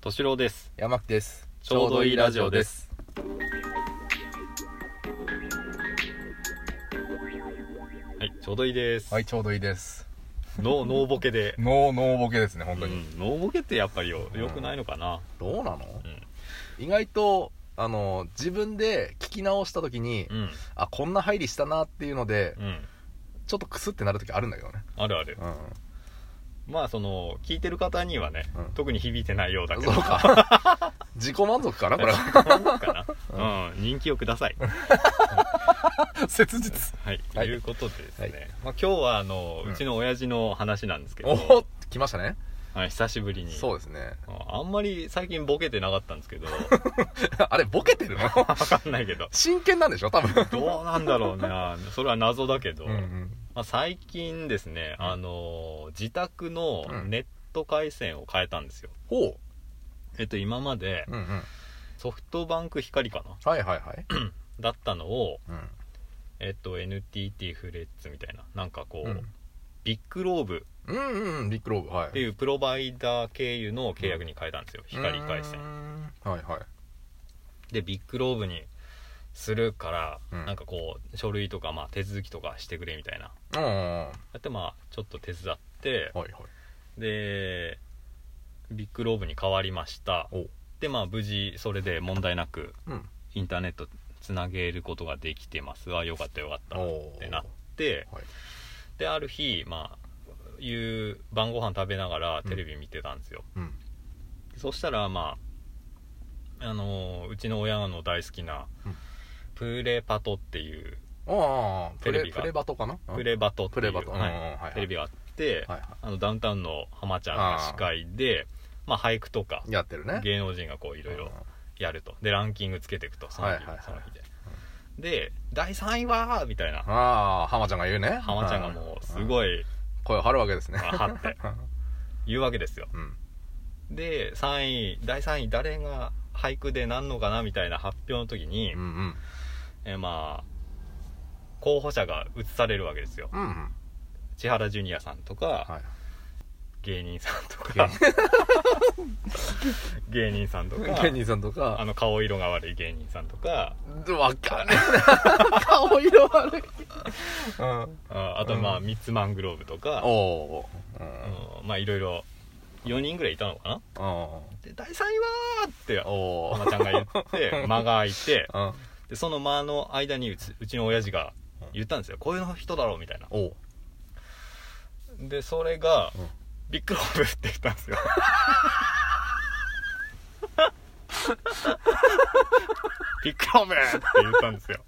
敏郎です山木ですちょうどいいラジオですはいちょうどいいです、はいちょうどいいですノーノーボケでノーノーボケですね本当に、うんノーボケってやっぱりよ良くないのかなどうなの、うん意外とあの自分で聞き直した時に、うんあこんな入りしたなっていうので、うんちょっとクスってなる時あるんだけどねあるあるうんまあその聞いてる方にはね、うん特に響いてないようだけどそうか 自己満足かなこれはそうかな、うん、人気をください 切実はい、はいということでですね、まはあ、今日はあの、ううんちの親父の話なんですけど、おお来ましたねはい久しぶりにそうですね ああんまり最近ボケてなかったんですけ どあれボケてるの わかんないけど真剣なんでしょ多分どうなんだろうなそれは謎だけど、うんうんまあ、最近ですね、うんあの自宅のうんネット回線を変えたんですよ、ほうえっと今までうんうんソフトバンク光かなはいはいはい、だったのをうんえっと NTT フレッツみたいななんかこう、うんビッグローブうんうんビッグローブはいっていうプロバイダー経由の契約に変えたんですよ、光回うー線んはいはいでビッグローブにするから、うんなんかこう書類とか、まあ、手続きとかしてくれみたいなうんうんうんやってまあちょっと手伝ってはいはいでビッグローブに変わりましたおでまあ無事それで問題なくうんインターネットつなげることができてますあよかったよかったっおてなってはいである日まあ夕晩ご飯食べながらテレビ見てたんですよ、うんそしたらまああのーうちの親の大好きなうんプレパトっていうああプテレレビがプレバトかなプレバトってプいレう、バトうんうんははいはいい、テレビがあって、はいはあのダウンタウンの浜ちゃんが司会でまあ、俳句とかいやってるね芸能人がこういいろいろやるとでランキングつけていくとその日,、はいはいはいその日で、で第3位はみたいなああ浜ちゃんが言うね浜ちゃんがもうすごいい声を張るわけですねわーって言うわけですようんで3位第3位誰が俳句でなんのかなみたいな発表の時に、うんうんえーまあ候補者が移されるわけですようんうん千原ジュニアさんとか、はい芸人さんとか 芸人さんとかケニーさんとあかの顔色が悪い芸人さんとかわかんねえな 顔色悪いうんああとまあ、うミッツマングローブとかおおううんんまあいろいろ4人ぐらいいたのかなおで第3位はーってお浜ちゃんが言って 間が空いてうんでその間の間にうちうちの親父が言ったんですよこういうの人だろうみたいなおうでそれが、うんビッグローブって言ったんですよ ビッグローブって言ったんですよ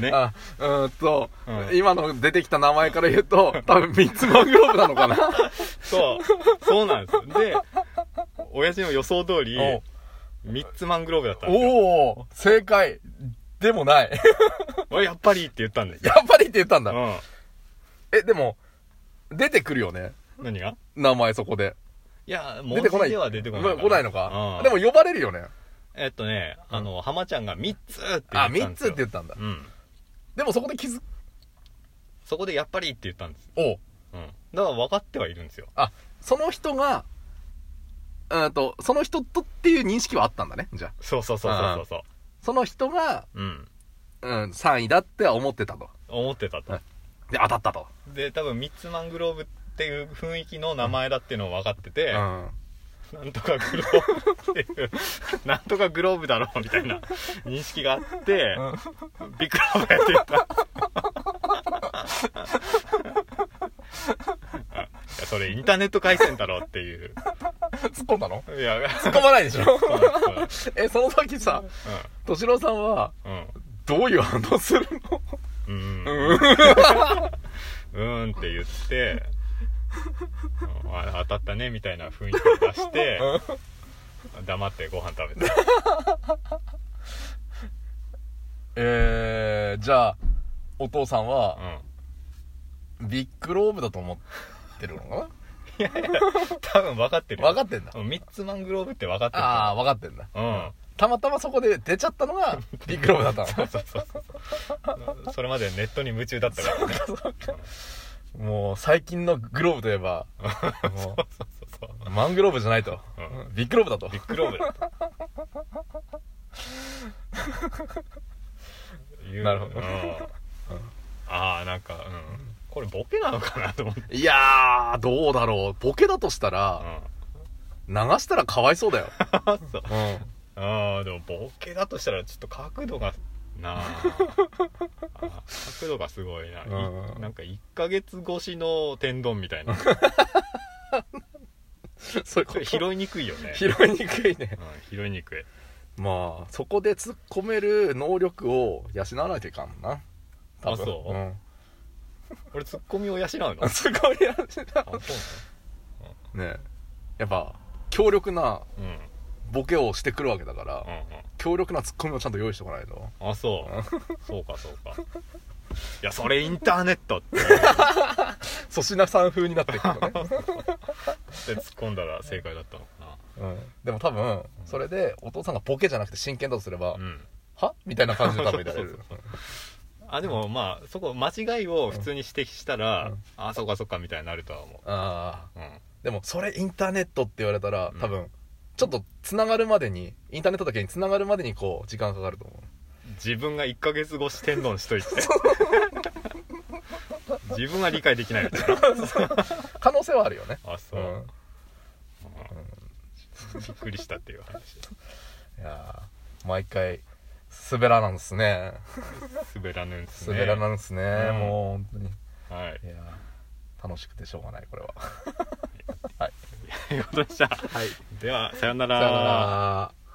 ねあうーんと、うん今の出てきた名前から言うと多分三つマングローブなのかなそうそうなんですよで親父の予想通りおミッツマングローブだったんですよ おお正解でもないおいやっぱりって言ったんですよ、 やっぱりって言ったんうだ、ん、えでも出てくるよね何が名前そこでいや出文てこな字いでは出てこないまあ来ないのか、うんでも呼ばれるよねえっとねあの浜ちゃんが「3つ」って言ったあんですよ三つって言ったんだ、うんでもそこで気づそこで「やっぱり」って言ったんですおううん、だから分かってはいるんですよあその人がうんとその人とっていう認識はあったんだねじゃあそうそうそうそうそうそその人が、ううんうん、3位だっては思ってたと思ってたとはで当たったと、で多分ミッツマングローブっていう雰囲気の名前だっていうのを分かってて、うんなんとかグローブっていうなんとかグローブだろうみたいな認識があって、ビッグローブやって言ったあいやそれインターネット回線だろうっていう 突っ込んだのいや突っ込まないでしょそうなんで えその時さすう敏郎さんはんうんどういう反応するのうーん。うーんって言って、うんあ当たったねみたいな雰囲気を出して、黙ってご飯食べて。えー、じゃあお父さんうはん。ビッグローブだと思ってるのか多分分かってるなよ。分かってん だうんミッツマングローブって分かってるあかあ分かってんだら。たまたまそこで出ちゃったのがビッグローブだったうん。そうそうそうそう。それまでネットに夢中だったからね。そうそう のもう最近のグローブといえばもそうそう。うマングローブじゃないとうんうんビッグローブだとビッグローブだと いうなるほどうんああなんか、うん、これボケなのかなと思って、いやーどうだろうボケだとしたら流したらかわい そうだよ、うん、そうああでもボケだとしたらちょっと角度がなああ角度がすごいな、いうんなんか1ヶ月越しの天丼みたい なそういうそれ拾いにくいよね、うん、拾いにくいね拾いにくいまあそこで突っ込める能力を養わなきゃいかんな多分あそううん 俺ツッコミを養うのああすごいやつだそうねえやっぱ強力ななのうんボケをしてくるわけだから、うんうん強力なツッコミをちゃんと用意しておかないとあそううんそうかそうかいやそれインターネットって粗品さん風になっていくとね、で突っ込んだら正解だったのか うん、でも多分それでお父さんがボケじゃなくて真剣だとすれなば、うんはみたいな感じで多分いられ そうるそあでもまあそこ間違いを普通に指摘したら、うんあそうかそうかみたいになるとは思ああううんでもそれインターネットって言われたらうん多分ちょっとつながるまでにインターネットだけにつながるまでにこう時間かかると思う自分が1ヶ月越し天丼しといて 自分は理解できないみたいな可能性はあるよねあそう、んうんびっくりしたっていう話いやー毎回滑らなんですね滑らぬんですね滑らなんですねうんもう本当にはいいやー楽しくてしょうがないこれはということでしたはいさではさようよなら